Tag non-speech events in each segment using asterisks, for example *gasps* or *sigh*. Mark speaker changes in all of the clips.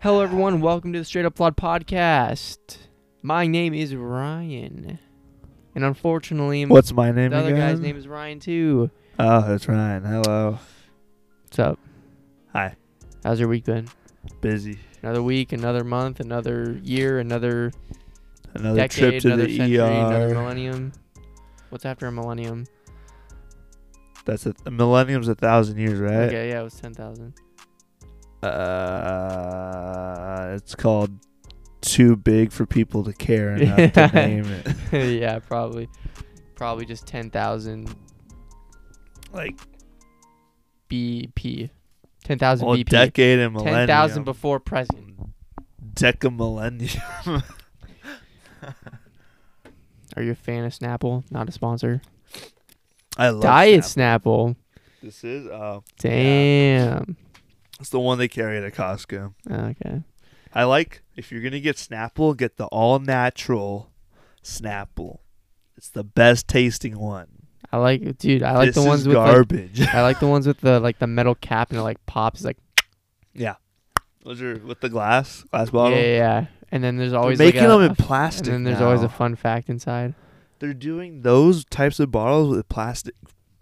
Speaker 1: Hello, everyone. Welcome to the Straight Up Flawed podcast. My name is Ryan, and unfortunately, m-
Speaker 2: What's my name
Speaker 1: the other
Speaker 2: again?
Speaker 1: guy's name is Ryan too.
Speaker 2: Oh, that's Ryan. Hello.
Speaker 1: What's up?
Speaker 2: Hi.
Speaker 1: How's your week been?
Speaker 2: Busy.
Speaker 1: Another week, another month, another year, another,
Speaker 2: Another
Speaker 1: decade,
Speaker 2: trip to
Speaker 1: another
Speaker 2: the
Speaker 1: century, another
Speaker 2: ER.
Speaker 1: millennium. What's after a millennium?
Speaker 2: That's a, a millennium's a thousand years, right?
Speaker 1: Okay, yeah, it was ten thousand. *laughs*
Speaker 2: Uh, it's called too big for people to care enough
Speaker 1: Yeah. *laughs*
Speaker 2: to name it.
Speaker 1: yeah, probably, probably just ten thousand
Speaker 2: Like
Speaker 1: BP, ten thousand
Speaker 2: well,
Speaker 1: BP,
Speaker 2: decade and millennium.
Speaker 1: ten thousand before present.
Speaker 2: Deca millennium.
Speaker 1: Are you a fan of Snapple? Not a sponsor.
Speaker 2: *laughs* I love
Speaker 1: Diet
Speaker 2: Snap.
Speaker 1: Snapple.
Speaker 2: This is uh,
Speaker 1: Damn.
Speaker 2: it's the one they carry at Costco.
Speaker 1: Okay.
Speaker 2: I like if you're gonna get Snapple, get the all natural Snapple. It's the best tasting one.
Speaker 1: I like, dude. I like
Speaker 2: this
Speaker 1: the
Speaker 2: is
Speaker 1: ones with like, *laughs*
Speaker 2: garbage.
Speaker 1: I like the ones with the like the metal cap and it like pops like
Speaker 2: yeah, those are with the glass glass
Speaker 1: yeah,
Speaker 2: bottle.
Speaker 1: yeah, yeah. And then there's always
Speaker 2: They're making
Speaker 1: like a,
Speaker 2: them
Speaker 1: a
Speaker 2: in
Speaker 1: f- *laughs*
Speaker 2: plastic.
Speaker 1: and then there's always a
Speaker 2: now.
Speaker 1: fun fact inside.
Speaker 2: They're doing those types of bottles with plastic.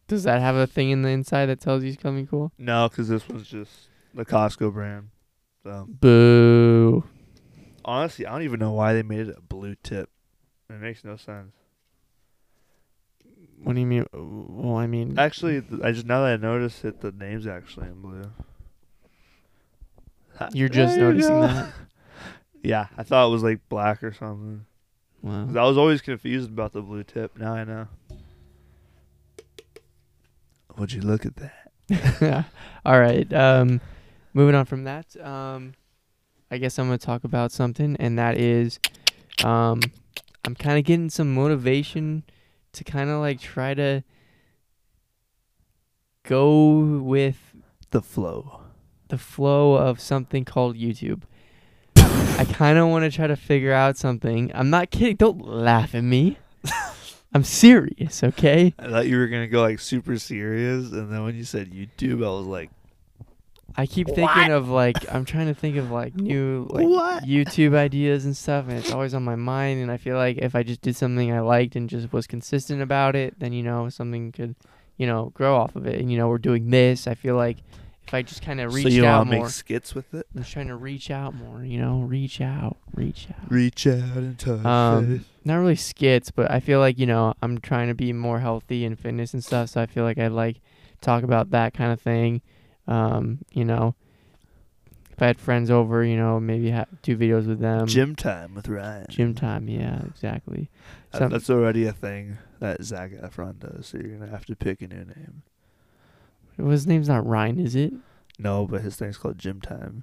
Speaker 1: Does that have a thing in the inside that tells you it's coming cool?
Speaker 2: No, because this one's just the Costco brand. So
Speaker 1: Boo.
Speaker 2: honestly, I don't even know why they made it a blue tip. It makes no sense.
Speaker 1: What do you mean? Well, I mean,
Speaker 2: Actually, th- I just now that I noticed it, the name's actually in blue. Ha,
Speaker 1: You're just
Speaker 2: there you
Speaker 1: noticing
Speaker 2: go.
Speaker 1: that?
Speaker 2: Yeah, I thought it was like black or something. 'Cause
Speaker 1: wow.
Speaker 2: I was always confused about the blue tip. Now I know. Would you look at that?
Speaker 1: *laughs* All right. Um, moving on from that. Um, I guess I'm gonna talk about something, and that is, um, I'm kind of getting some motivation to kind of like try to go with
Speaker 2: The flow.
Speaker 1: the flow of something called YouTube. I kind of want to try to figure out something. I'm not kidding. Don't laugh at me. I'm serious, okay?
Speaker 2: I thought you were gonna go like super serious, and then when you said YouTube, I was like,
Speaker 1: I keep
Speaker 2: What?
Speaker 1: thinking of like I'm trying to think of like new like
Speaker 2: What?
Speaker 1: YouTube ideas and stuff, and it's always on my mind. And I feel like if I just did something I liked and just was consistent about it, then you know something could, you know, grow off of it. And you know we're doing this. I feel like if I just kind of
Speaker 2: "So
Speaker 1: reached
Speaker 2: you
Speaker 1: out
Speaker 2: want to
Speaker 1: more,
Speaker 2: make skits with it?
Speaker 1: I'm just trying to reach out more. You know, reach out, reach out.
Speaker 2: Reach out and touch
Speaker 1: Um,
Speaker 2: it.
Speaker 1: Not really skits, but I feel like you know I'm trying to be more healthy and fitness and stuff. So I feel like I'd like talk about that kind of thing. Um, you know, if I had friends over, you know, maybe ha- do videos with them.
Speaker 2: Gym time with Ryan.
Speaker 1: Gym time, yeah, exactly.
Speaker 2: That-
Speaker 1: Some-
Speaker 2: that's already a thing that Zach Efron does, so you're gonna have to pick a new name.
Speaker 1: Well, his name's not Ryan, is it?
Speaker 2: No, but his thing's called Gym Time.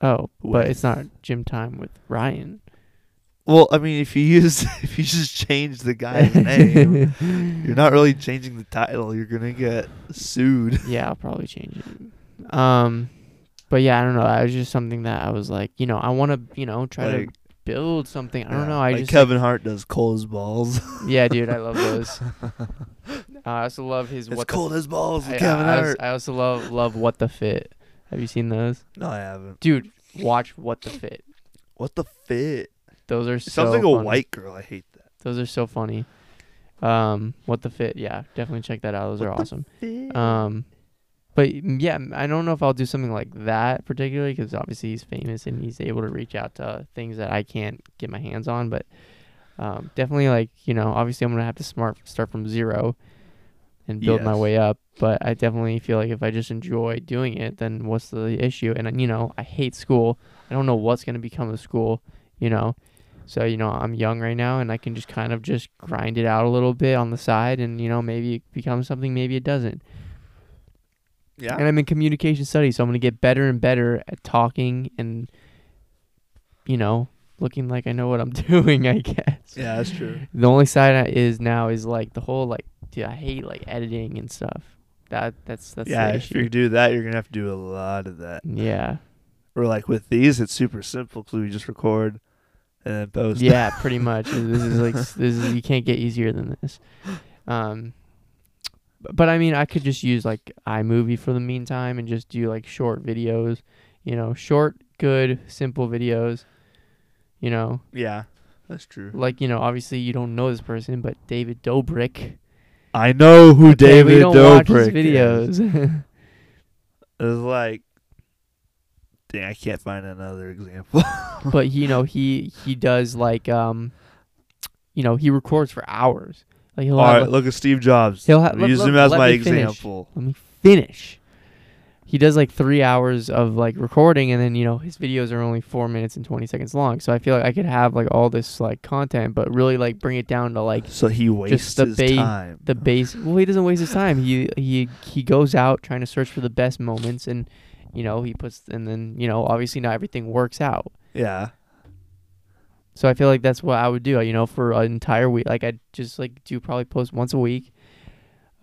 Speaker 1: Oh, but
Speaker 2: Wait.
Speaker 1: it's not gym time with Ryan.
Speaker 2: Well, I mean, if you use *laughs* if you just change the guy's name,
Speaker 1: *laughs*
Speaker 2: you're not really changing the title. You're gonna get sued.
Speaker 1: yeah, I'll probably change it. Um, but yeah, I don't know. I was just something that I was like, you know, I want to, you know, try
Speaker 2: Like-
Speaker 1: to build something. I
Speaker 2: Yeah,
Speaker 1: don't know. I
Speaker 2: like
Speaker 1: just
Speaker 2: Kevin Hart does cold as balls.
Speaker 1: yeah, dude, I love those. Uh, I also love his
Speaker 2: *laughs* it's
Speaker 1: what
Speaker 2: cold as balls,
Speaker 1: the.
Speaker 2: with
Speaker 1: I,
Speaker 2: Kevin
Speaker 1: I, I, also,
Speaker 2: Hart.
Speaker 1: I also love love what the fit. Have you seen those,
Speaker 2: no, I haven't.
Speaker 1: dude? Watch what the fit.
Speaker 2: What the fit?
Speaker 1: Those are
Speaker 2: It
Speaker 1: so.
Speaker 2: sounds like a
Speaker 1: funny.
Speaker 2: white girl. I hate that.
Speaker 1: Those are so funny. Um, what the fit? Yeah, definitely check that out. Those are
Speaker 2: What the
Speaker 1: awesome.
Speaker 2: Uh,
Speaker 1: Um, but mm, yeah, m- I don't know if I'll do something like that particularly because obviously he's famous and he's able to reach out to things that I can't get my hands on. But um, definitely like you know, obviously I'm gonna have to smart start from zero and build my
Speaker 2: Yes.
Speaker 1: way up. But I definitely feel like if I just enjoy doing it, then what's the issue? And uh, you know, I hate school. I don't know what's gonna become of school. You know. So, you know, I'm young right now and I can just kind of just grind it out a little bit on the side and, you know, maybe it becomes something, maybe it doesn't.
Speaker 2: yeah.
Speaker 1: And I'm in communication studies, so I'm going to get better and better at talking and, you know, looking like I know what I'm *laughs* doing, I guess.
Speaker 2: *laughs* yeah, that's true.
Speaker 1: The only side I is now is like the whole, like, dude, I hate like editing and stuff. That That's, that's
Speaker 2: yeah,
Speaker 1: the
Speaker 2: if you
Speaker 1: issue.
Speaker 2: do that, you're gonna have to do a lot of that.
Speaker 1: Yeah.
Speaker 2: Or like with these, it's super simple because we just record and then post. *laughs*
Speaker 1: Yeah, pretty much. This is like s- this is you can't get easier than this. Um, b- but I mean, I could just use like iMovie for the meantime and just do like short videos. You know, short good, simple videos. You know,
Speaker 2: Yeah, that's true.
Speaker 1: like you know, obviously you don't know this person, but David Dobrik.
Speaker 2: I know who
Speaker 1: Okay, we
Speaker 2: David
Speaker 1: don't watch his
Speaker 2: Dobrik is.
Speaker 1: videos.
Speaker 2: *laughs*
Speaker 1: *laughs*
Speaker 2: It's like, dang, I can't find another example. *laughs*
Speaker 1: but you know, he he does like um, you know, he records for hours. Like he'll
Speaker 2: All
Speaker 1: have
Speaker 2: right,
Speaker 1: a-
Speaker 2: look at Steve Jobs.
Speaker 1: He'll have- let-
Speaker 2: Use
Speaker 1: let-
Speaker 2: him as
Speaker 1: let
Speaker 2: my
Speaker 1: me finish.
Speaker 2: example.
Speaker 1: let me finish. He does like three hours of like recording, and then you know his videos are only four minutes and twenty seconds long. So I feel like I could have like all this like content, but really like bring it down to like
Speaker 2: So he wastes
Speaker 1: the
Speaker 2: his
Speaker 1: ba-
Speaker 2: time.
Speaker 1: the base. Well, he doesn't waste his time. He he he goes out trying to search for the best moments, and you know he puts, and then you know obviously not everything works out.
Speaker 2: yeah.
Speaker 1: So I feel like that's what I would do. uh, You know, for an entire week, like I just like do probably post once a week,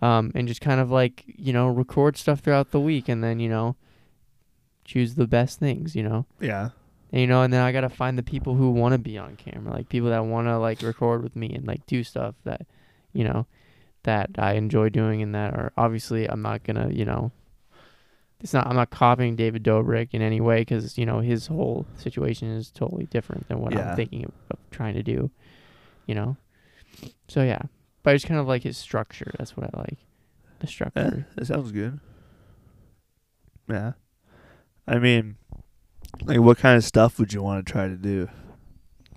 Speaker 1: um, and just kind of like you know record stuff throughout the week, and then you know choose the best things. You know,
Speaker 2: Yeah.
Speaker 1: and you know, and then I gotta find the people who want to be on camera, like people that want to like record with me and like do stuff that, you know, that I enjoy doing and that are obviously I'm not gonna you know. It's not. I'm not copying David Dobrik in any way because you know his whole situation is totally different than what
Speaker 2: Yeah.
Speaker 1: I'm thinking of, of trying to do. You know, so yeah. But I just kind of like his structure. That's what I like. The
Speaker 2: Eh,
Speaker 1: structure.
Speaker 2: that sounds good. Yeah. I mean, like, what kind of stuff would you want to try to do?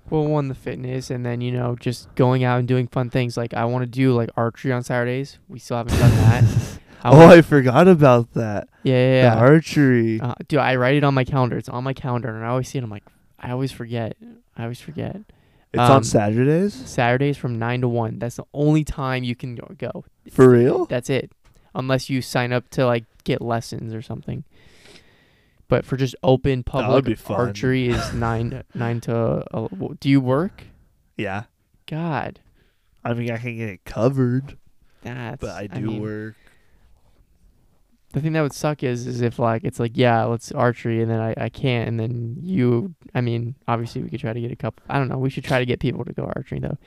Speaker 1: Well, one the fitness, and then you know just going out and doing fun things. Like I want to do like archery on Saturdays. We still haven't done that.
Speaker 2: *laughs*
Speaker 1: I
Speaker 2: oh,
Speaker 1: wanna-
Speaker 2: I forgot about that.
Speaker 1: *laughs* yeah, yeah,
Speaker 2: The
Speaker 1: yeah.
Speaker 2: archery.
Speaker 1: Uh, dude, I write it on my calendar. It's on my calendar, and I always see it. I'm like, I always forget. I always forget.
Speaker 2: it's
Speaker 1: um,
Speaker 2: on Saturdays?
Speaker 1: Saturdays from nine to one. That's the only time you can go- go.
Speaker 2: For real?
Speaker 1: That's it, unless you sign up to like get lessons or something. But for just open
Speaker 2: would
Speaker 1: public
Speaker 2: be fun.
Speaker 1: archery is nine nine to. Uh, do you work?
Speaker 2: Yeah.
Speaker 1: God,
Speaker 2: I mean, I can get it covered,
Speaker 1: that's.
Speaker 2: but I do
Speaker 1: mean,
Speaker 2: work.
Speaker 1: the thing that would suck is is if like it's like yeah let's archery and then I, I can't and then you I mean obviously we could try to get a couple I don't know we should try to get people to go archery though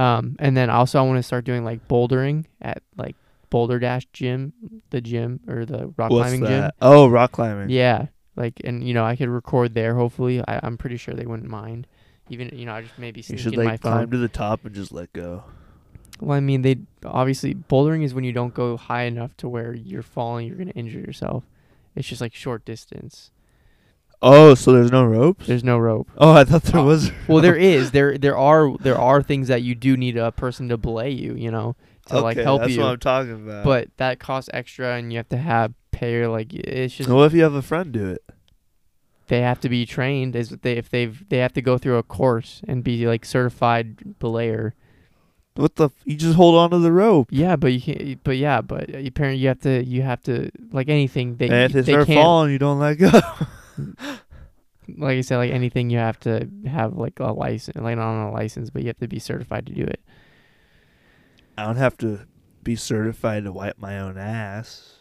Speaker 1: um and then also I want to start doing like bouldering at like Boulder Dash gym the gym or the rock
Speaker 2: What's
Speaker 1: climbing
Speaker 2: that? Oh, rock climbing.
Speaker 1: gym yeah like and you know I could record there hopefully I, I'm pretty sure they wouldn't mind even you know I just maybe
Speaker 2: You
Speaker 1: sneak
Speaker 2: should
Speaker 1: in my
Speaker 2: like
Speaker 1: phone
Speaker 2: climb to the top and just let go.
Speaker 1: well, I mean, they obviously bouldering is when you don't go high enough to where you're falling, you're gonna injure yourself. It's just like short distance.
Speaker 2: Oh, so there's no ropes?
Speaker 1: There's no rope.
Speaker 2: oh, I thought there
Speaker 1: Oh.
Speaker 2: was.
Speaker 1: Well, there
Speaker 2: *laughs*
Speaker 1: is. There there are there are things that you do need a person to belay you, you know, to
Speaker 2: okay,
Speaker 1: like help
Speaker 2: that's
Speaker 1: you.
Speaker 2: what I'm talking about.
Speaker 1: But that costs extra, and you have to have pay or like it's just
Speaker 2: what if you have a friend do it?
Speaker 1: they have to be trained as they if they've they have to go through a course and be like certified belayer.
Speaker 2: What the? F- you just hold on to the rope.
Speaker 1: Yeah, but you can't. But yeah, but apparently you have to you have to like anything they
Speaker 2: and if they,
Speaker 1: they
Speaker 2: start
Speaker 1: can't
Speaker 2: falling, you don't let go. *laughs*
Speaker 1: like I said, like anything, you have to have like a license, like not on a license, but you have to be certified to do it.
Speaker 2: I don't have to be certified to wipe my own ass.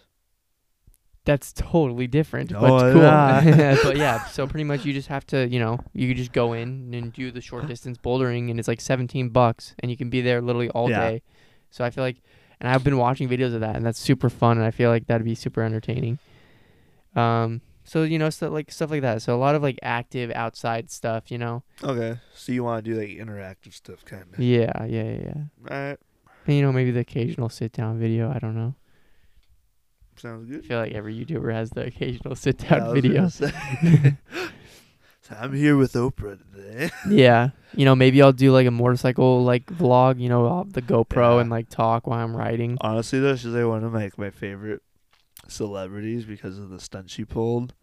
Speaker 1: That's totally different,
Speaker 2: No,
Speaker 1: but
Speaker 2: it's
Speaker 1: cool. *laughs*
Speaker 2: not.
Speaker 1: but Oh, yeah, so pretty much you just have to, you know, you just go in and do the short distance bouldering, and it's like 17 bucks, and you can be there literally all
Speaker 2: Yeah.
Speaker 1: day. So I feel like, and I've been watching videos of that, and that's super fun, and I feel like that'd be super entertaining. Um, so you know, stuff like stuff like that. So a lot of like active outside stuff, you know.
Speaker 2: Okay, so you want to do like interactive stuff, kind of.
Speaker 1: Yeah, yeah, yeah, yeah.
Speaker 2: All right,
Speaker 1: And, you know, maybe the occasional sit down video. I don't know.
Speaker 2: sounds
Speaker 1: I
Speaker 2: good.
Speaker 1: feel like every YouTuber has the occasional sit
Speaker 2: Yeah, I
Speaker 1: down
Speaker 2: was gonna
Speaker 1: video.
Speaker 2: say. *laughs* so I'm here with Oprah today.
Speaker 1: *laughs* Yeah. You know, maybe I'll do like a motorcycle like vlog, you know, I'll have the GoPro
Speaker 2: Yeah.
Speaker 1: and like talk while I'm riding.
Speaker 2: Honestly, though, she's like one of my, my favorite celebrities because of the stunt she pulled.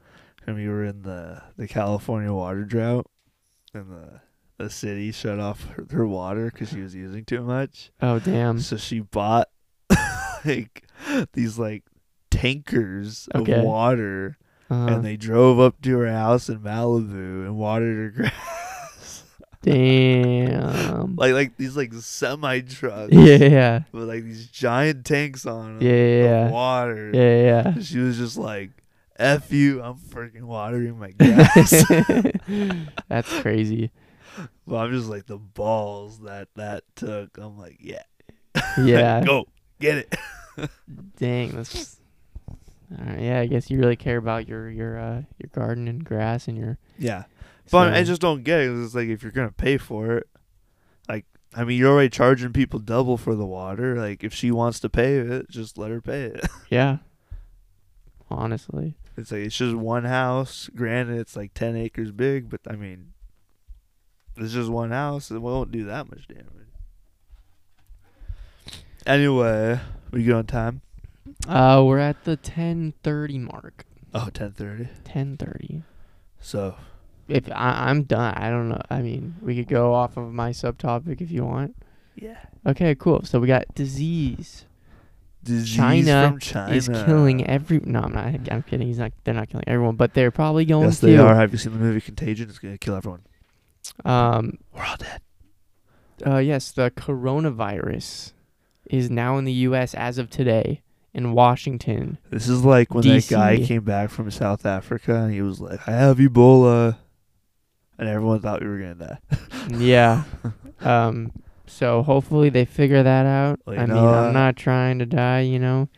Speaker 2: And we were in the, the California water drought, and the the city shut off her, her water because she was using too much.
Speaker 1: Oh damn.
Speaker 2: So she bought *laughs* like these like tankers
Speaker 1: Okay.
Speaker 2: of water,
Speaker 1: Uh,
Speaker 2: and they drove up to her house in Malibu and watered her grass.
Speaker 1: damn.
Speaker 2: *laughs* Like like these like semi trucks
Speaker 1: yeah, yeah.
Speaker 2: with like these giant tanks on
Speaker 1: Yeah,
Speaker 2: 'em
Speaker 1: yeah.
Speaker 2: of water.
Speaker 1: Yeah, yeah. *laughs*
Speaker 2: *laughs* She was just like, F you, I'm freaking watering
Speaker 1: *laughs*
Speaker 2: my grass.
Speaker 1: yeah. That's
Speaker 2: *laughs*
Speaker 1: crazy.
Speaker 2: well, I'm just like, the balls that that took. I'm like, yeah. *laughs*
Speaker 1: Yeah.
Speaker 2: Go, get it. *laughs*
Speaker 1: Dang, that's All right, uh, yeah, I guess you really care about your your uh, your garden and grass and your.
Speaker 2: Yeah. But I
Speaker 1: so-
Speaker 2: just don't get it. 'cause It's like if you're gonna pay for it, like I mean, you're already charging people double for the water. Like if she wants to pay it, just let her pay it.
Speaker 1: yeah. Honestly,
Speaker 2: It's like it's just one house. Granted, it's like ten acres big, but I mean, it's just one house. It won't do that much damage. Anyway, we get on time.
Speaker 1: uh, we're at the ten thirty mark.
Speaker 2: Oh, ten thirty.
Speaker 1: Ten thirty.
Speaker 2: So
Speaker 1: If I, I'm done, I don't know. I mean, we could go off of my subtopic if you want.
Speaker 2: yeah,
Speaker 1: Okay, cool. So we got disease
Speaker 2: disease
Speaker 1: China
Speaker 2: from China
Speaker 1: is killing every. No, I'm not. I'm kidding. He's not. They're not killing everyone, but they're probably going
Speaker 2: Yes,
Speaker 1: to.
Speaker 2: they are. Have you seen the movie Contagion? It's gonna kill everyone.
Speaker 1: Um.
Speaker 2: We're all dead.
Speaker 1: Uh, yes, the coronavirus is now in the U.S. as of today in
Speaker 2: *laughs*
Speaker 1: Washington.
Speaker 2: This is like when that guy
Speaker 1: DC.
Speaker 2: came back from South Africa and he was like, "I have Ebola," and everyone thought we were gonna die.
Speaker 1: yeah. Um. So hopefully they figure that out.
Speaker 2: Well, you
Speaker 1: I mean,
Speaker 2: know, uh,
Speaker 1: I'm not trying to die, you know.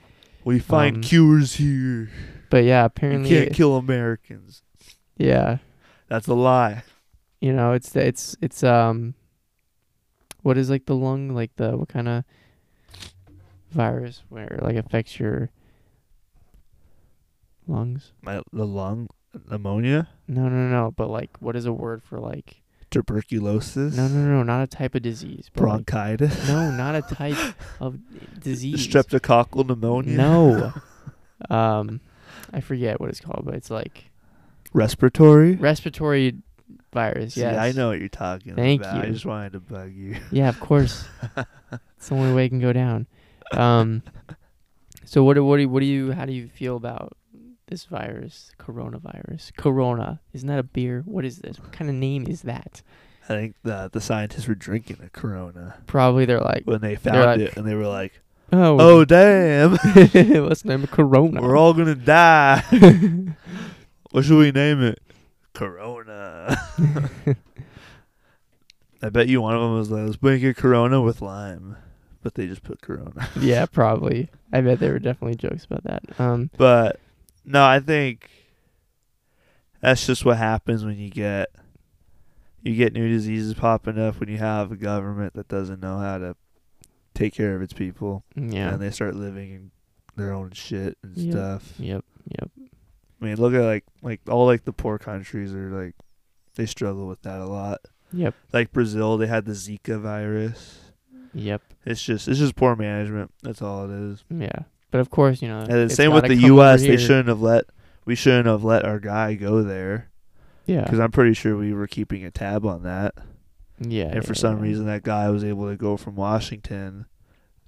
Speaker 2: We find
Speaker 1: Um,
Speaker 2: cures here.
Speaker 1: But yeah,
Speaker 2: You
Speaker 1: apparently,
Speaker 2: can't kill Americans.
Speaker 1: yeah.
Speaker 2: That's a lie.
Speaker 1: You know, it's it's it's um. What is like the lung? Like the what kind of virus where like affects your lungs?
Speaker 2: My the lung pneumonia,
Speaker 1: No, no, no. But like, what is a word for like?
Speaker 2: tuberculosis,
Speaker 1: No, no, no, not a type of disease. But like-
Speaker 2: bronchitis,
Speaker 1: no, not a type
Speaker 2: *laughs*
Speaker 1: of disease.
Speaker 2: streptococcal pneumonia,
Speaker 1: No. um, I forget what it's called, but it's like
Speaker 2: respiratory.
Speaker 1: respiratory virus.
Speaker 2: See,
Speaker 1: Yes.
Speaker 2: I know what you're talking
Speaker 1: Thank
Speaker 2: about. I
Speaker 1: you.
Speaker 2: just wanted to bug you.
Speaker 1: *laughs* Yeah, of course. it's the only way it can go down. Um, so what do what do you- what do you how do you feel about this virus, coronavirus? Corona isn't that a beer? What is this? What kind of name is that?
Speaker 2: *laughs* I think that the scientists were drinking a Corona
Speaker 1: Probably they're like,
Speaker 2: when they
Speaker 1: They're
Speaker 2: found
Speaker 1: like-
Speaker 2: it, and they were like,
Speaker 1: oh,
Speaker 2: "Oh
Speaker 1: *laughs*
Speaker 2: damn,
Speaker 1: what's the name of Corona?
Speaker 2: we're all gonna die." What should we name it?
Speaker 1: *laughs*
Speaker 2: Corona. I bet you one of them was like, let's make it Corona with lime. But they just put Corona.
Speaker 1: *laughs* yeah, probably. I bet there were definitely jokes about that. Um,
Speaker 2: But no, I think that's just what happens when you get you get new diseases popping up when you have a government that doesn't know how to take care of its people.
Speaker 1: yeah.
Speaker 2: And they start living in their own shit and
Speaker 1: Yeah.
Speaker 2: stuff.
Speaker 1: Yep. Yep.
Speaker 2: I mean, look at like like all like the poor countries are like they struggle with that a lot.
Speaker 1: Yep.
Speaker 2: like Brazil, they had the Zika virus.
Speaker 1: Yep.
Speaker 2: It's just it's just poor management. That's all it is.
Speaker 1: Yeah. But of course, you know.
Speaker 2: And the
Speaker 1: Uh, it's
Speaker 2: same with
Speaker 1: gotta
Speaker 2: the
Speaker 1: come over
Speaker 2: U.S. They
Speaker 1: here.
Speaker 2: shouldn't have let we shouldn't have let our guy go there
Speaker 1: Yeah.
Speaker 2: because I'm pretty sure we were keeping a tab on that.
Speaker 1: Yeah.
Speaker 2: And for
Speaker 1: yeah,
Speaker 2: some
Speaker 1: yeah.
Speaker 2: reason, that guy was able to go from Washington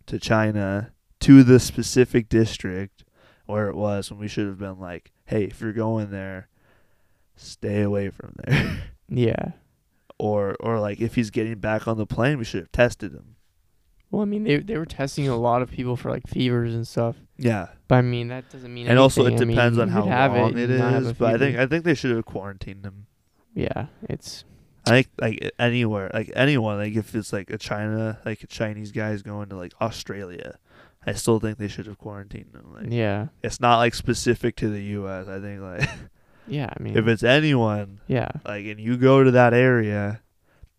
Speaker 2: to China to the specific district where it was when we should have been like, hey, if you're going there, stay away from there. *laughs*
Speaker 1: Yeah.
Speaker 2: or or like if he's getting back on the plane, we should have tested him.
Speaker 1: Well, I mean, they they were testing a lot of people for like fevers and stuff.
Speaker 2: Yeah.
Speaker 1: But I mean, that doesn't mean.
Speaker 2: and also it
Speaker 1: anything. I mean,
Speaker 2: depends on
Speaker 1: you
Speaker 2: how
Speaker 1: could have
Speaker 2: long
Speaker 1: it
Speaker 2: it
Speaker 1: and not have
Speaker 2: is.
Speaker 1: a
Speaker 2: But I
Speaker 1: fever.
Speaker 2: think I think they should have quarantined them.
Speaker 1: Yeah. It's.
Speaker 2: I think like anywhere, like anyone, like if it's like a China, like a Chinese guy is going to like Australia, I still think they should have quarantined them. Like
Speaker 1: Yeah.
Speaker 2: it's not like specific to the U.S. I think like
Speaker 1: Yeah. I mean.
Speaker 2: if it's anyone,
Speaker 1: yeah.
Speaker 2: like and you go to that area,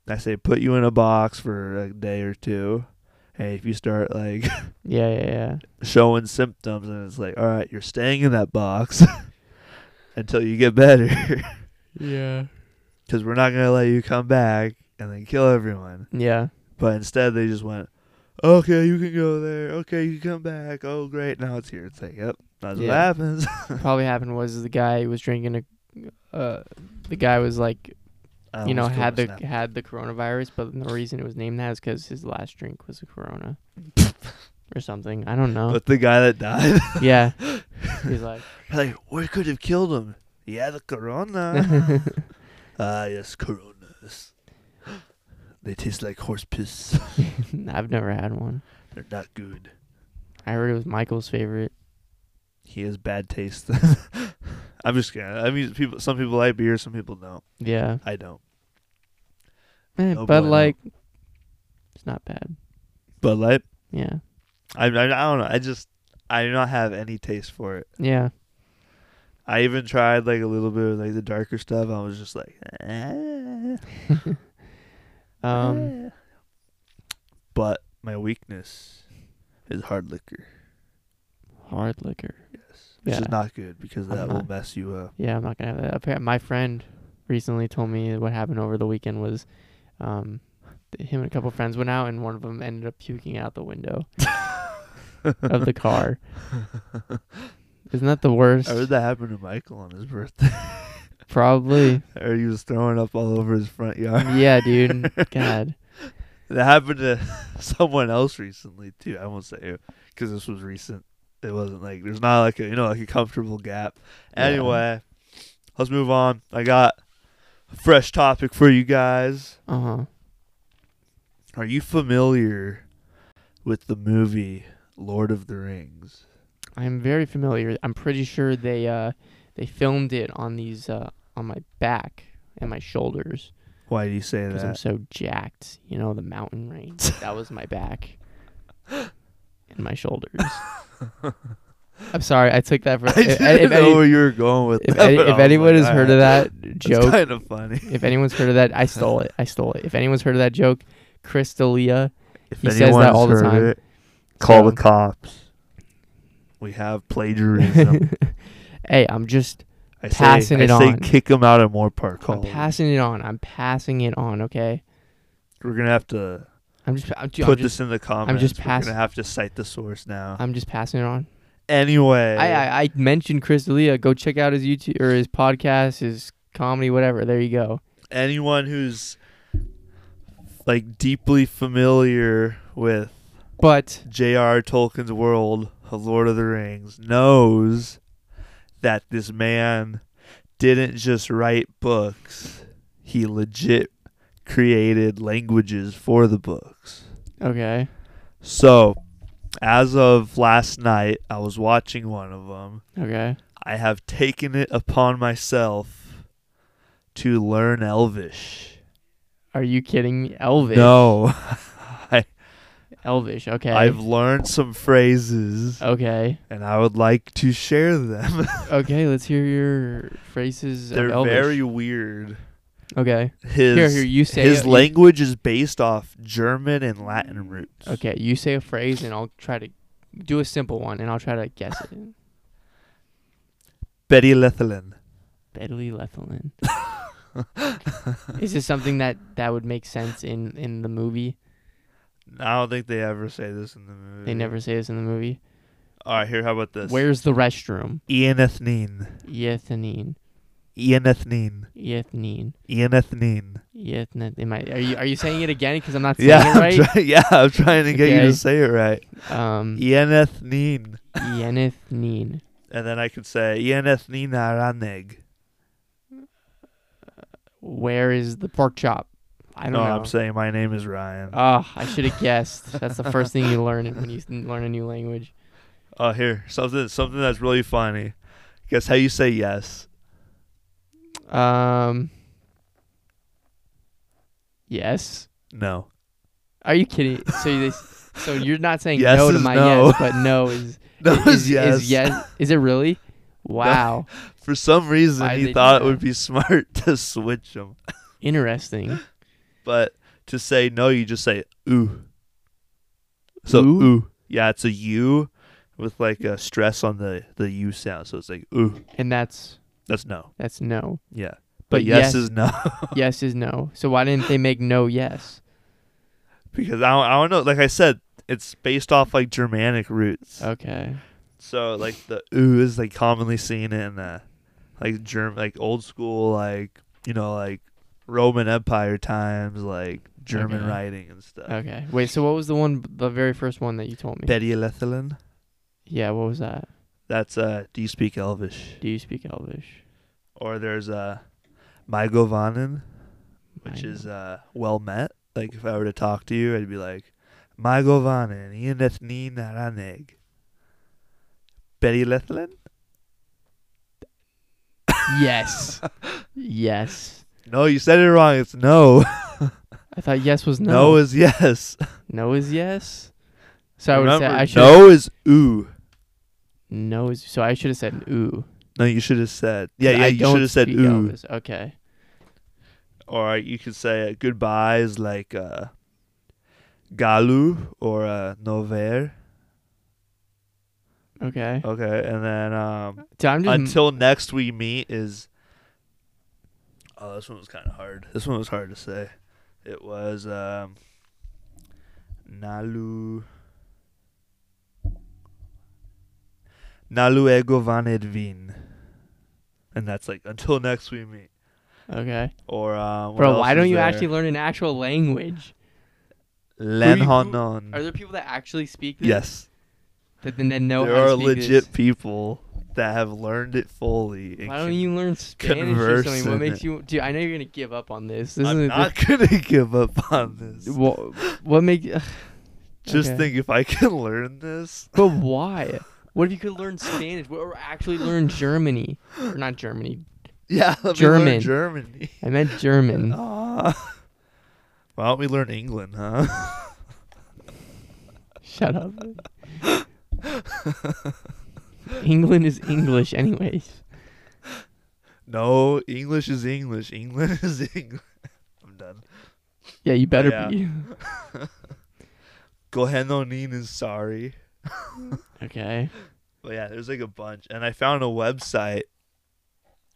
Speaker 2: I say put you in a box for a day or two. And if you start like
Speaker 1: Yeah. Yeah. Yeah.
Speaker 2: showing symptoms, and it's like, all right, you're staying in that box *laughs* until you get better. *laughs*
Speaker 1: Yeah.
Speaker 2: because we're not going to let you come back and then kill everyone.
Speaker 1: Yeah.
Speaker 2: *laughs* But instead, they just went, okay, you can go there. Okay, you can come back. Oh, great. Now it's here. It's like, yep, that's what
Speaker 1: Yeah.
Speaker 2: happens. *laughs*
Speaker 1: Probably happened was the guy was drinking a. Uh, the guy was like,
Speaker 2: I
Speaker 1: you know,
Speaker 2: almost
Speaker 1: had the
Speaker 2: killed myself.
Speaker 1: had the coronavirus, but the reason it was named that is because his last drink was a
Speaker 2: *laughs*
Speaker 1: Corona, or something. I don't know.
Speaker 2: But the guy that died, *laughs*
Speaker 1: *laughs* yeah, he's like,
Speaker 2: like, we could have killed him. Yeah, the corona.
Speaker 1: *laughs* yeah,
Speaker 2: ah, yes, coronas. *gasps* They taste like horse piss. *laughs*
Speaker 1: I've never had one.
Speaker 2: They're not good.
Speaker 1: I heard it was Michael's favorite.
Speaker 2: He has bad taste. *laughs* I'm just kidding. I mean, people. Some people like beer. Some people don't.
Speaker 1: Yeah,
Speaker 2: I don't.
Speaker 1: Eh,
Speaker 2: No
Speaker 1: but
Speaker 2: bueno.
Speaker 1: like, it's not bad.
Speaker 2: But like,
Speaker 1: Yeah,
Speaker 2: I, I, I don't know. I just I do not have any taste for it.
Speaker 1: Yeah.
Speaker 2: I even tried like a little bit of like the darker stuff. I was just like, "Eh,
Speaker 1: Um.
Speaker 2: eh." but my weakness is hard liquor.
Speaker 1: Hard liquor.
Speaker 2: Yes, which
Speaker 1: Yeah.
Speaker 2: is not good because
Speaker 1: I'm
Speaker 2: that will
Speaker 1: not-
Speaker 2: mess you up.
Speaker 1: Yeah, I'm not gonna have that. Apparently, my friend recently told me what happened over the weekend was, um, th- him and a couple friends went out and one of them ended up puking out the
Speaker 2: *laughs*
Speaker 1: window of the car. Isn't that the worst?
Speaker 2: I heard that happened to Michael on his birthday, *laughs*
Speaker 1: Probably.
Speaker 2: or he was throwing up all over his front yard.
Speaker 1: yeah, dude.
Speaker 2: *laughs*
Speaker 1: God.
Speaker 2: That happened to *laughs* someone else recently too. I won't say who, because this was recent. It wasn't like there's not like a you know like a comfortable gap.
Speaker 1: Yeah.
Speaker 2: Anyway, let's move on. I got a fresh topic for you guys.
Speaker 1: Uh huh.
Speaker 2: Are you familiar with the movie Lord of the Rings?
Speaker 1: I'm very familiar. I'm pretty sure they uh they filmed it on these uh on my back and my shoulders
Speaker 2: Why do you say
Speaker 1: because I'm
Speaker 2: that?
Speaker 1: so jacked. You know, the mountain range. that was my back and my
Speaker 2: *laughs*
Speaker 1: shoulders. I'm sorry. I took that for.
Speaker 2: *laughs* I
Speaker 1: if,
Speaker 2: didn't
Speaker 1: if,
Speaker 2: know
Speaker 1: any-
Speaker 2: where you were going with
Speaker 1: if,
Speaker 2: that.
Speaker 1: any-
Speaker 2: but I
Speaker 1: if
Speaker 2: was
Speaker 1: anyone
Speaker 2: like,
Speaker 1: has heard of
Speaker 2: "Alright, *laughs*
Speaker 1: that joke,
Speaker 2: it's kind of funny.
Speaker 1: if anyone's heard of that, I stole it. I stole it. If anyone's heard of that joke, Chris
Speaker 2: *laughs*
Speaker 1: D'Elia.
Speaker 2: If
Speaker 1: He says that
Speaker 2: anyone's
Speaker 1: all the
Speaker 2: heard
Speaker 1: time.
Speaker 2: it, call the
Speaker 1: So-
Speaker 2: cops. We have plagiarism.
Speaker 1: *laughs* hey, I'm just
Speaker 2: I say,
Speaker 1: Passing
Speaker 2: I
Speaker 1: it
Speaker 2: say
Speaker 1: on.
Speaker 2: kick him out of Moorpark
Speaker 1: I'm
Speaker 2: Hall.
Speaker 1: passing it on. I'm passing it on. Okay.
Speaker 2: We're gonna have to
Speaker 1: I'm just. I'm, dude, I'm
Speaker 2: put
Speaker 1: just,
Speaker 2: this in the comments.
Speaker 1: just pass-
Speaker 2: We're gonna have to cite the source now.
Speaker 1: I'm just passing it on.
Speaker 2: anyway,
Speaker 1: I, I I mentioned Chris D'Elia. Go check out his YouTube or his podcast, his comedy, whatever. There you go.
Speaker 2: anyone who's like deeply familiar with
Speaker 1: But
Speaker 2: J.R. Tolkien's world of Lord of the Rings knows that this man didn't just write books; he legit created languages for the books.
Speaker 1: okay,
Speaker 2: So, as of last night, I was watching one of them.
Speaker 1: okay.
Speaker 2: I have taken it upon myself to learn Elvish.
Speaker 1: Are you kidding me? Elvish.
Speaker 2: No, *laughs*
Speaker 1: Elvish. Okay.
Speaker 2: I've learned some phrases,
Speaker 1: okay.
Speaker 2: and I would like to share them.
Speaker 1: Okay. Let's hear your phrases.
Speaker 2: They're
Speaker 1: of Elvish.
Speaker 2: very weird.
Speaker 1: Okay.
Speaker 2: His
Speaker 1: Here, here. You say
Speaker 2: his
Speaker 1: it.
Speaker 2: language is based off German and Latin roots.
Speaker 1: Okay. You say a phrase, and I'll try to do a simple one, and I'll try to guess
Speaker 2: *laughs*
Speaker 1: it.
Speaker 2: Betty Lethelin.
Speaker 1: Bedley Lethelin. *laughs* Is this something that that would make sense in in the movie?
Speaker 2: I don't think they ever say this in the movie.
Speaker 1: They never say this in the movie.
Speaker 2: All right, here. How about this?
Speaker 1: Where's the restroom?
Speaker 2: Ianethnine.
Speaker 1: Yethanine.
Speaker 2: Ianethnine.
Speaker 1: Yethnine.
Speaker 2: Ianethnine.
Speaker 1: Yethnine. Am I, are you are you saying it again? Because I'm not saying
Speaker 2: *laughs* Yeah,
Speaker 1: it right.
Speaker 2: I'm try- *laughs* yeah, I'm trying to get you
Speaker 1: Okay.
Speaker 2: to say it right. *laughs*
Speaker 1: um.
Speaker 2: Ienethnine.
Speaker 1: Yenethnine.
Speaker 2: And then I could say Ienethnine Araneg.
Speaker 1: Where is the pork chop? I don't
Speaker 2: no,
Speaker 1: know.
Speaker 2: I'm saying my name is Ryan.
Speaker 1: Ah, I should have guessed. That's the first thing you learn when you *laughs* s- learn a new language.
Speaker 2: Oh, here something something that's really funny. Guess how you say yes.
Speaker 1: Um. Yes.
Speaker 2: No. *laughs*
Speaker 1: Are you kidding? So they, s- so you're not saying
Speaker 2: Yes
Speaker 1: no to
Speaker 2: is
Speaker 1: my
Speaker 2: no.
Speaker 1: yes, but no is
Speaker 2: No
Speaker 1: is,
Speaker 2: *laughs* is yes.
Speaker 1: Is yes. Is it really? Wow,
Speaker 2: For some reason,
Speaker 1: Why they
Speaker 2: he
Speaker 1: do
Speaker 2: thought it
Speaker 1: that?
Speaker 2: would be *laughs* smart to switch them.
Speaker 1: interesting.
Speaker 2: But to say no, you just say ooh. So
Speaker 1: Ooh?
Speaker 2: ooh, yeah, it's a u with like a stress on the the u sound. So it's like ooh.
Speaker 1: And that's
Speaker 2: That's no.
Speaker 1: that's no.
Speaker 2: Yeah.
Speaker 1: But
Speaker 2: But, yes,
Speaker 1: yes- *laughs*
Speaker 2: is no. *laughs*
Speaker 1: Yes is no. So why didn't they make no yes?
Speaker 2: because I don't, I don't know. Like I said, it's based off like Germanic roots.
Speaker 1: Okay.
Speaker 2: So like the ooh is like commonly seen in uh, like Germ like old school like you know like Roman Empire times like German
Speaker 1: Okay.
Speaker 2: writing and stuff.
Speaker 1: Okay. Wait. So what was the one? The very first one that you told me.
Speaker 2: Betty Lethelin.
Speaker 1: yeah. What was that?
Speaker 2: That's uh. Do you speak Elvish?
Speaker 1: Do you speak Elvish?
Speaker 2: Or there's uh, Mygovanen, which
Speaker 1: I-
Speaker 2: is uh well met. Like if I were to talk to you, I'd be like, Mygovanen, Ianethni Naraneg. Betty Lethelin. *laughs*
Speaker 1: yes. yes.
Speaker 2: No, you said it wrong. It's no. *laughs*
Speaker 1: I thought yes was
Speaker 2: No,
Speaker 1: no.
Speaker 2: is yes.
Speaker 1: *laughs* No is yes. So I would say
Speaker 2: Remember,
Speaker 1: I should.
Speaker 2: no is ooh.
Speaker 1: No is so I should have said ooh.
Speaker 2: No, you should have said. Yeah, yeah,
Speaker 1: I
Speaker 2: you
Speaker 1: don't
Speaker 2: should have said
Speaker 1: speak
Speaker 2: ooh.
Speaker 1: Elvis. Okay.
Speaker 2: Or you could say uh, goodbyes like uh, Galu or uh, Nover.
Speaker 1: Okay.
Speaker 2: Okay, and then um,
Speaker 1: So I'm just
Speaker 2: Uh, until next we meet is. Oh, this one was kind of hard. This one was hard to say. It was um, Nalu. Nalu ego vaned vin. And that's like until next we meet.
Speaker 1: okay.
Speaker 2: Or um, what
Speaker 1: Bro,
Speaker 2: else
Speaker 1: why don't
Speaker 2: is
Speaker 1: you
Speaker 2: there?
Speaker 1: actually learn an actual language?
Speaker 2: Len
Speaker 1: who-
Speaker 2: Hanon.
Speaker 1: Are there people that actually speak this?
Speaker 2: Yes.
Speaker 1: That then then know
Speaker 2: there
Speaker 1: how to
Speaker 2: are
Speaker 1: speak
Speaker 2: legit
Speaker 1: this?
Speaker 2: people that have learned it fully. and
Speaker 1: Why don't
Speaker 2: can-
Speaker 1: you learn Spanish or
Speaker 2: converse
Speaker 1: something?
Speaker 2: in
Speaker 1: What makes
Speaker 2: it.
Speaker 1: you dude, I know you're gonna give up on this. This
Speaker 2: I'm
Speaker 1: is
Speaker 2: not gonna *laughs* give up on this.
Speaker 1: this, what, what make
Speaker 2: Just
Speaker 1: okay.
Speaker 2: think if I *laughs* can learn this.
Speaker 1: But why? What if you could learn Spanish? What- Or actually learn Germany? Or not Germany.
Speaker 2: Yeah, *laughs* let me
Speaker 1: German.
Speaker 2: learn Germany.
Speaker 1: I meant German.
Speaker 2: *laughs* Ah. why don't we learn England, huh? *laughs*
Speaker 1: Shut up. England is English, anyways.
Speaker 2: No, English is English. England *laughs* is England. I'm done.
Speaker 1: Yeah, you better
Speaker 2: Yeah.
Speaker 1: be.
Speaker 2: Gohenonin is sorry.
Speaker 1: Okay.
Speaker 2: But yeah, there's like a bunch. And I found a website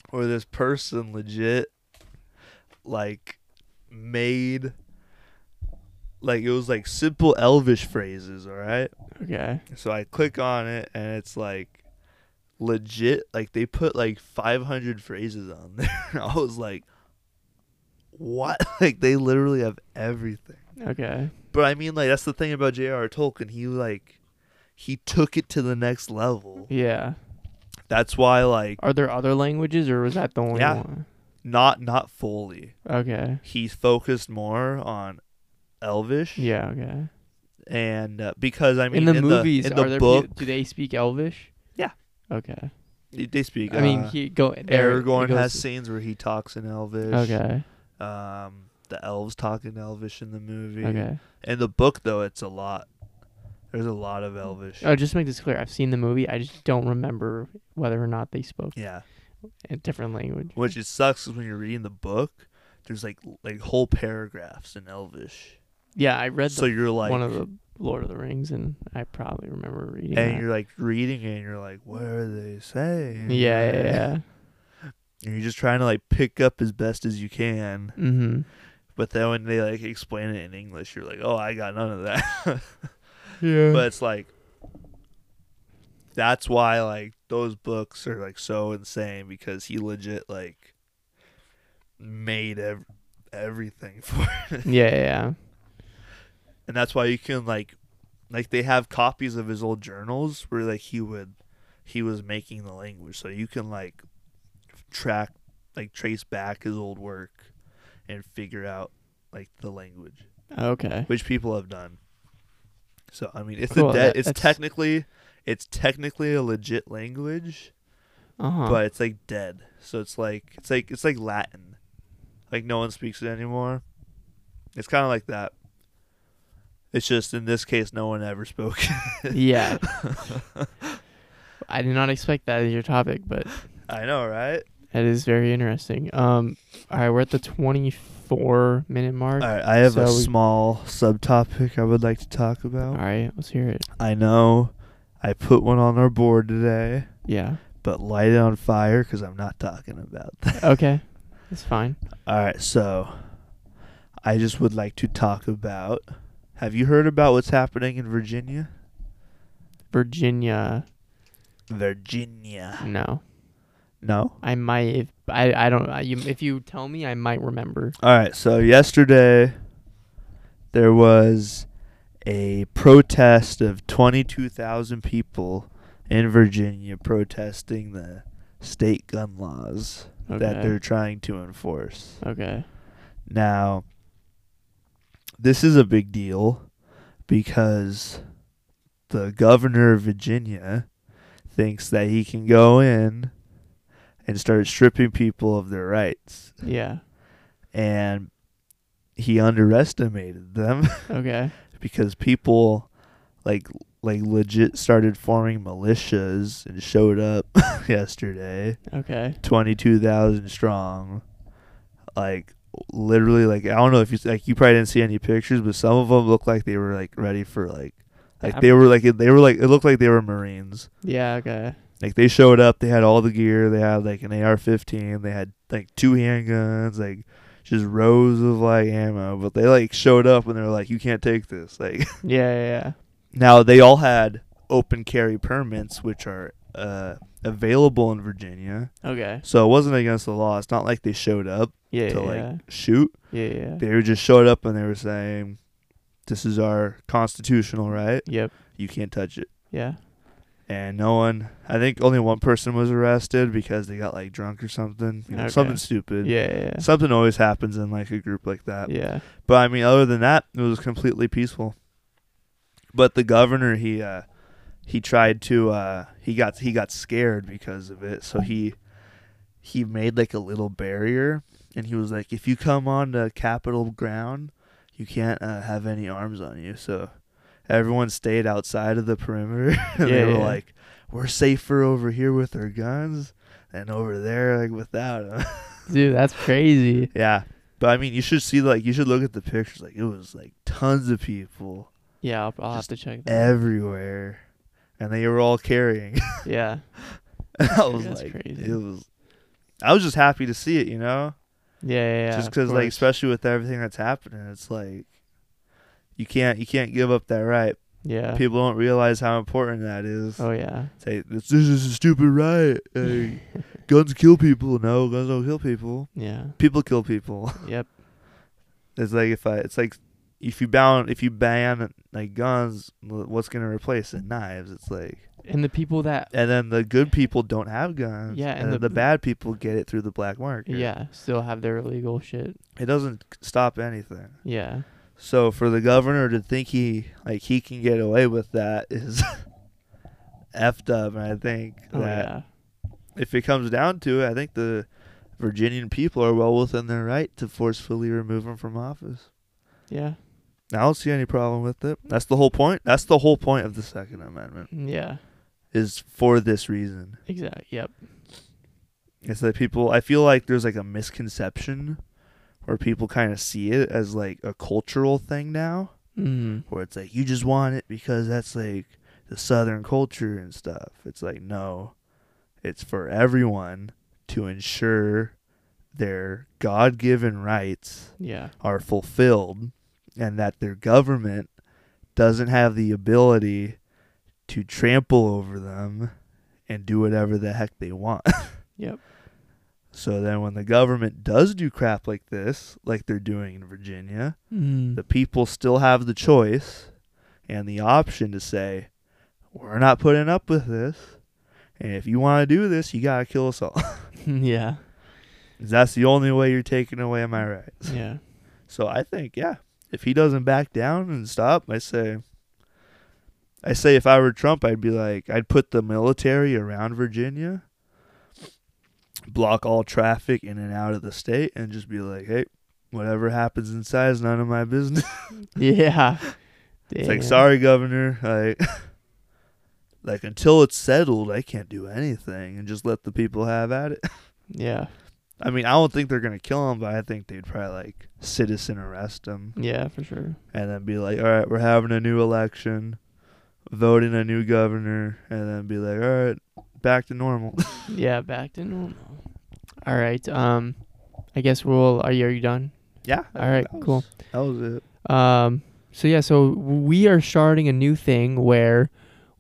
Speaker 2: where this person legit like made like it was like simple elvish phrases, all right?
Speaker 1: Okay.
Speaker 2: So I click on it and it's like legit like they put like 500 phrases on *laughs* there. And I was like what? *laughs* Like they literally have everything.
Speaker 1: Okay.
Speaker 2: But I mean like that's the thing about J.R.R. Tolkien, he like he took it to the next level.
Speaker 1: Yeah.
Speaker 2: That's why like
Speaker 1: Are there other languages, or was that the only
Speaker 2: Yeah.
Speaker 1: one?
Speaker 2: not not fully.
Speaker 1: Okay.
Speaker 2: He focused more on Elvish.
Speaker 1: Yeah. Okay.
Speaker 2: And uh, because I mean
Speaker 1: in the movies,
Speaker 2: in the
Speaker 1: are there
Speaker 2: book
Speaker 1: peo- do they speak Elvish?
Speaker 2: Yeah.
Speaker 1: Okay.
Speaker 2: they, they speak
Speaker 1: I mean,
Speaker 2: uh,
Speaker 1: he go. There, he
Speaker 2: Aragorn
Speaker 1: goes-
Speaker 2: has scenes where he talks in Elvish.
Speaker 1: Okay.
Speaker 2: Um the elves talk in Elvish in the movie.
Speaker 1: Okay.
Speaker 2: In the book though it's a lot. There's a lot of Elvish.
Speaker 1: Oh, just to make this clear. I've seen the movie. I just don't remember whether or not they spoke
Speaker 2: Yeah.
Speaker 1: a different language.
Speaker 2: Which it sucks is when you're reading the book, there's like like whole paragraphs in Elvish.
Speaker 1: Yeah, I read the
Speaker 2: So you're like
Speaker 1: one of the Lord of the Rings, and I probably remember reading
Speaker 2: and
Speaker 1: that.
Speaker 2: you're like reading it and you're like, What are they saying?
Speaker 1: Yeah, yeah, yeah.
Speaker 2: And you're just trying to like pick up as best as you can.
Speaker 1: Mm-hmm.
Speaker 2: But then when they like explain it in English, you're like, oh, I got none of that. *laughs*
Speaker 1: Yeah.
Speaker 2: but it's like, that's why like those books are like so insane because he legit like made ev- everything *laughs* for it.
Speaker 1: yeah, yeah, yeah.
Speaker 2: And that's why you can like, like they have copies of his old journals where like he would, he was making the language. So you can like track, like trace back his old work and figure out like the language.
Speaker 1: Okay.
Speaker 2: which people have done. So I mean, it's
Speaker 1: Cool,
Speaker 2: a de-
Speaker 1: that-
Speaker 2: it's
Speaker 1: that's-
Speaker 2: technically it's technically a legit language,
Speaker 1: Uh huh.
Speaker 2: but it's like dead. So it's like it's like it's like Latin, like no one speaks it anymore. It's kind of like that. It's just in this case, no one ever *laughs* spoke. *laughs*
Speaker 1: yeah. I did not expect that as your topic, but
Speaker 2: I know, right?
Speaker 1: that is very interesting. Um, all right, we're at the twenty-four minute
Speaker 2: All
Speaker 1: mark.
Speaker 2: right, I have a
Speaker 1: So we-
Speaker 2: small subtopic I would like to talk
Speaker 1: All
Speaker 2: about.
Speaker 1: right, let's hear it.
Speaker 2: I know, I put one on our board today,
Speaker 1: Yeah.
Speaker 2: but light it on fire because I'm not talking about that.
Speaker 1: Okay. That's fine.
Speaker 2: All right, so I just would like to talk about. Have you heard about what's happening in Virginia?
Speaker 1: Virginia.
Speaker 2: Virginia.
Speaker 1: No,
Speaker 2: No.
Speaker 1: I might. If, I I don't. I, you, if you tell me, I might remember.
Speaker 2: All right, so yesterday there was a protest of 22,000 people in Virginia protesting the state gun laws
Speaker 1: Okay.
Speaker 2: that they're trying to enforce.
Speaker 1: okay.
Speaker 2: Now, this is a big deal because the governor of Virginia thinks that he can go in and start stripping people of their rights.
Speaker 1: Yeah.
Speaker 2: And he underestimated them *laughs*
Speaker 1: Okay.
Speaker 2: because people, like, like legit started forming militias and showed up *laughs* yesterday,
Speaker 1: Okay.
Speaker 2: twenty two thousand strong. Like literally, like I don't know if you like you probably didn't see any pictures, but some of them looked like they were like ready for like like
Speaker 1: I'm-
Speaker 2: they were like they were like it looked like they were Marines.
Speaker 1: Yeah. Okay.
Speaker 2: Like they showed up, they had all the gear, they had like an AR-15, they had like two handguns, like just rows of like ammo. But they like showed up and they were like, "You can't take this." *laughs* Like
Speaker 1: Yeah. Yeah. yeah.
Speaker 2: now they all had open carry permits, which are uh, available in Virginia,
Speaker 1: Okay.
Speaker 2: so it wasn't against the law. It's not like they showed up
Speaker 1: Yeah.
Speaker 2: to
Speaker 1: yeah,
Speaker 2: like
Speaker 1: yeah.
Speaker 2: shoot.
Speaker 1: yeah. Yeah.
Speaker 2: They were just showed up and they were saying, "This is our constitutional right.
Speaker 1: Yep.
Speaker 2: You can't touch it."
Speaker 1: Yeah.
Speaker 2: and no one i think only one person was arrested because they got like drunk or something you know,
Speaker 1: Okay.
Speaker 2: something stupid
Speaker 1: Yeah. Yeah.
Speaker 2: something always happens in like a group like that
Speaker 1: Yeah.
Speaker 2: but i mean other than that it was completely peaceful but the governor he uh he tried to uh he got he got scared because of it so he he made like a little barrier and he was like if you come on to capitol ground you can't uh, have any arms on you so everyone stayed outside of the perimeter *laughs* and they
Speaker 1: Yeah,
Speaker 2: were
Speaker 1: yeah.
Speaker 2: like we're safer over here with our guns than over there like without 'em."
Speaker 1: Dude, that's crazy.
Speaker 2: Yeah. But I mean, you should see like you should look at the pictures. Like it was like tons of people
Speaker 1: Yeah. I'll, I'll have to check that.
Speaker 2: everywhere, and they were all carrying. *laughs*
Speaker 1: Yeah.
Speaker 2: I was
Speaker 1: That's
Speaker 2: like,
Speaker 1: crazy.
Speaker 2: it was. I was just happy to see it, you know,
Speaker 1: Yeah. Yeah. yeah
Speaker 2: just
Speaker 1: of
Speaker 2: because like
Speaker 1: course.
Speaker 2: especially with everything that's happening, it's like you can't you can't give up that right.
Speaker 1: Yeah.
Speaker 2: People don't realize how important that is.
Speaker 1: Oh yeah.
Speaker 2: Say this, this is a stupid right.
Speaker 1: *laughs*
Speaker 2: Like, guns kill people. No, guns don't kill people.
Speaker 1: Yeah.
Speaker 2: People kill people.
Speaker 1: Yep.
Speaker 2: It's like if I, it's like if you ban if you ban like guns, wh- what's gonna replace it? Knives. It's like,
Speaker 1: And the people that
Speaker 2: and then the good people don't have guns.
Speaker 1: Yeah,
Speaker 2: and,
Speaker 1: and
Speaker 2: then the,
Speaker 1: the-
Speaker 2: bad people get it through the black market.
Speaker 1: yeah still have their illegal shit.
Speaker 2: it doesn't stop anything.
Speaker 1: Yeah.
Speaker 2: So for the governor to think he like he can get away with that *laughs* is effed up. And I think
Speaker 1: Oh
Speaker 2: that
Speaker 1: yeah.
Speaker 2: if it comes down to it, I think the Virginian people are well within their right to forcefully remove him from office.
Speaker 1: Yeah.
Speaker 2: I don't see any problem with it. That's the whole point. That's the whole point of the Second Amendment
Speaker 1: Mm, Yeah.
Speaker 2: is for this reason.
Speaker 1: Exactly. Yep.
Speaker 2: It's that people. I feel like there's like a misconception where people kind of see it as like a cultural thing now,
Speaker 1: Mm.
Speaker 2: where it's like you just want it because that's like the Southern culture and stuff. It's like no, it's for everyone to ensure their God-given rights
Speaker 1: Yeah.
Speaker 2: are fulfilled and that their government doesn't have the ability to trample over them and do whatever the heck they want. *laughs*
Speaker 1: Yep.
Speaker 2: so then when the government does do crap like this, like they're doing in Virginia,
Speaker 1: Mm.
Speaker 2: the people still have the choice and the option to say, "We're not putting up with this." And if you want to do this, you got to kill us all.
Speaker 1: *laughs*
Speaker 2: *laughs*
Speaker 1: yeah.
Speaker 2: 'Cause That's the only way you're taking away my rights.
Speaker 1: Yeah.
Speaker 2: So I think, yeah, if he doesn't back down and stop, I say, I say, if I were Trump, I'd be like, I'd put the military around Virginia, block all traffic in and out of the state, and just be like, hey, whatever happens inside is none of my business. *laughs*
Speaker 1: Yeah.
Speaker 2: it's like,
Speaker 1: Damn.
Speaker 2: sorry, governor, like, *laughs* like until it's settled, I can't do anything, and just let the people have at it. *laughs*
Speaker 1: Yeah.
Speaker 2: I mean, I don't think they're gonna kill him, but I think they'd probably like citizen arrest him.
Speaker 1: Yeah, for sure.
Speaker 2: and then be like, all right, we're having a new election, voting a new governor, and then be like, all right, back to normal. *laughs*
Speaker 1: Yeah, back to normal. All right. Um, I guess we'll. Are you? Are you done?
Speaker 2: yeah.
Speaker 1: All right.
Speaker 2: that was-
Speaker 1: Cool.
Speaker 2: That was it.
Speaker 1: Um, so yeah, so we are starting a new thing where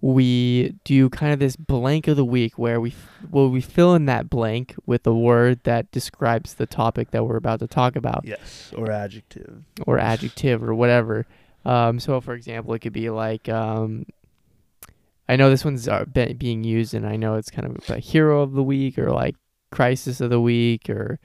Speaker 1: we do kind of this blank of the week where we f- well we fill in that blank with a word that describes the topic that we're about to talk about
Speaker 2: Yes, or adjective.
Speaker 1: or adjective or whatever. Um, so for example, it could be like um, I know this one's uh, be- being used, and I know it's kind of a hero of the week or like crisis of the week or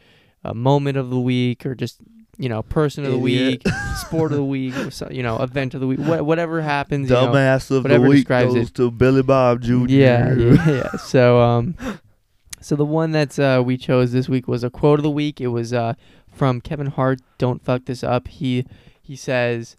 Speaker 1: a moment of the week or just you know person of the
Speaker 2: Idiot.
Speaker 1: week, sport of the week, or so, you know event of the week, wha- whatever happens. you know.
Speaker 2: Dumbass of the
Speaker 1: whatever
Speaker 2: week
Speaker 1: describes
Speaker 2: goes
Speaker 1: it.
Speaker 2: to Billy Bob Jr.
Speaker 1: Yeah, yeah, *laughs* yeah. So, um, so the one that uh, we chose this week was a quote of the week. It was uh, from Kevin Hart. Don't fuck this up. He he says,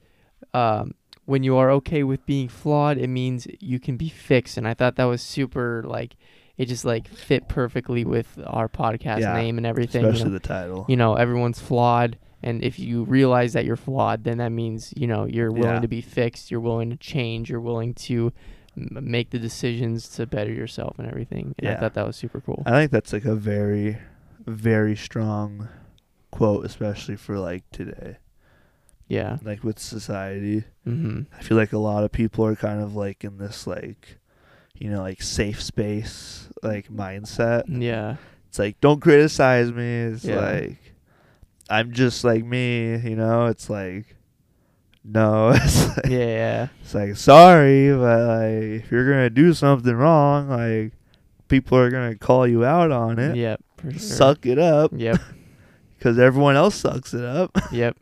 Speaker 1: um, when you are okay with being flawed, it means you can be fixed. And I thought that was super like it just like fit perfectly with our podcast
Speaker 2: Yeah,
Speaker 1: name and everything. you know?
Speaker 2: especially the title.
Speaker 1: you know everyone's flawed and if you realize that you're flawed then that means you know you're willing
Speaker 2: Yeah.
Speaker 1: to be fixed you're willing to change you're willing to m- make the decisions to better yourself and everything and i
Speaker 2: Yeah. Uh,
Speaker 1: thought that was super cool
Speaker 2: I think that's like a very, very strong quote, especially for like today,
Speaker 1: yeah
Speaker 2: like with society.
Speaker 1: hmm
Speaker 2: I feel like a lot of people are kind of like in this like, you know, like safe space like mindset. *laughs*
Speaker 1: yeah
Speaker 2: It's like don't criticize me. It's
Speaker 1: Yeah.
Speaker 2: like I'm just like me, you know. It's like no, *laughs* it's like,
Speaker 1: yeah
Speaker 2: it's like sorry, but like if you're gonna do something wrong, like people are gonna call you out on
Speaker 1: yeah
Speaker 2: it.
Speaker 1: yep for sure.
Speaker 2: Suck it up *laughs*
Speaker 1: yep
Speaker 2: because everyone else sucks it up. *laughs*
Speaker 1: yep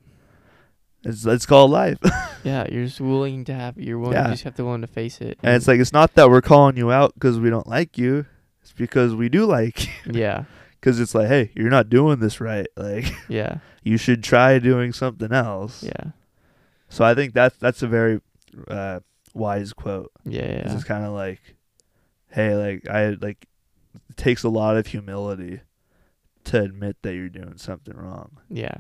Speaker 2: It's it's called life, *laughs*
Speaker 1: yeah you're just willing to have you're willing
Speaker 2: Yeah.
Speaker 1: you just have to willing to face it
Speaker 2: and it's like it's not that we're calling you out because we don't like you. It's because we do like *laughs* you.
Speaker 1: yeah
Speaker 2: Because it's like, hey, you're not doing this right. Like *laughs*
Speaker 1: yeah
Speaker 2: you should try doing something else.
Speaker 1: yeah
Speaker 2: So I think that's that's a very uh, wise quote.
Speaker 1: yeah
Speaker 2: This
Speaker 1: yeah
Speaker 2: is kind of like, hey, like I like it takes a lot of humility to admit that you're doing something wrong,
Speaker 1: yeah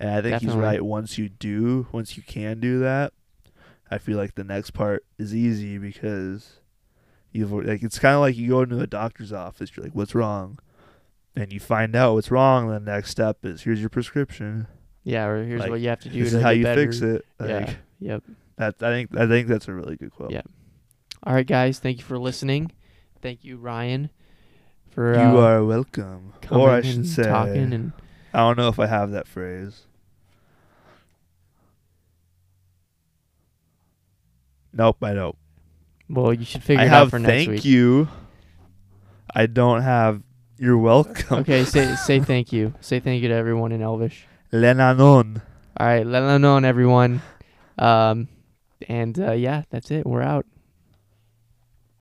Speaker 2: and I think he's
Speaker 1: Definitely.
Speaker 2: right. Once you do, once you can do that, I feel like the next part is easy because you've al- like it's kind of like you go into a doctor's office. You're like, what's wrong? And you find out what's wrong. The next step is here's your prescription.
Speaker 1: yeah or here's
Speaker 2: Like,
Speaker 1: what you have to do
Speaker 2: This
Speaker 1: to
Speaker 2: is how
Speaker 1: get
Speaker 2: you
Speaker 1: better.
Speaker 2: fix it. Like,
Speaker 1: yeah yep
Speaker 2: That I think I think that's a really good quote.
Speaker 1: Yeah. All right, guys. Thank you for listening. Thank you, Ryan, for
Speaker 2: You
Speaker 1: uh,
Speaker 2: are welcome.
Speaker 1: coming
Speaker 2: Or I
Speaker 1: and
Speaker 2: should say,
Speaker 1: talking and
Speaker 2: I don't know if I have that phrase. Nope, I don't.
Speaker 1: well, you should figure
Speaker 2: I
Speaker 1: it
Speaker 2: have
Speaker 1: out for next
Speaker 2: thank
Speaker 1: week.
Speaker 2: you. *laughs* I don't have. You're welcome.
Speaker 1: Okay, say say thank you. Say thank you to everyone in Elvish.
Speaker 2: Lenanon.
Speaker 1: All right, let them know, everyone. Um, and uh, yeah, that's it. We're out.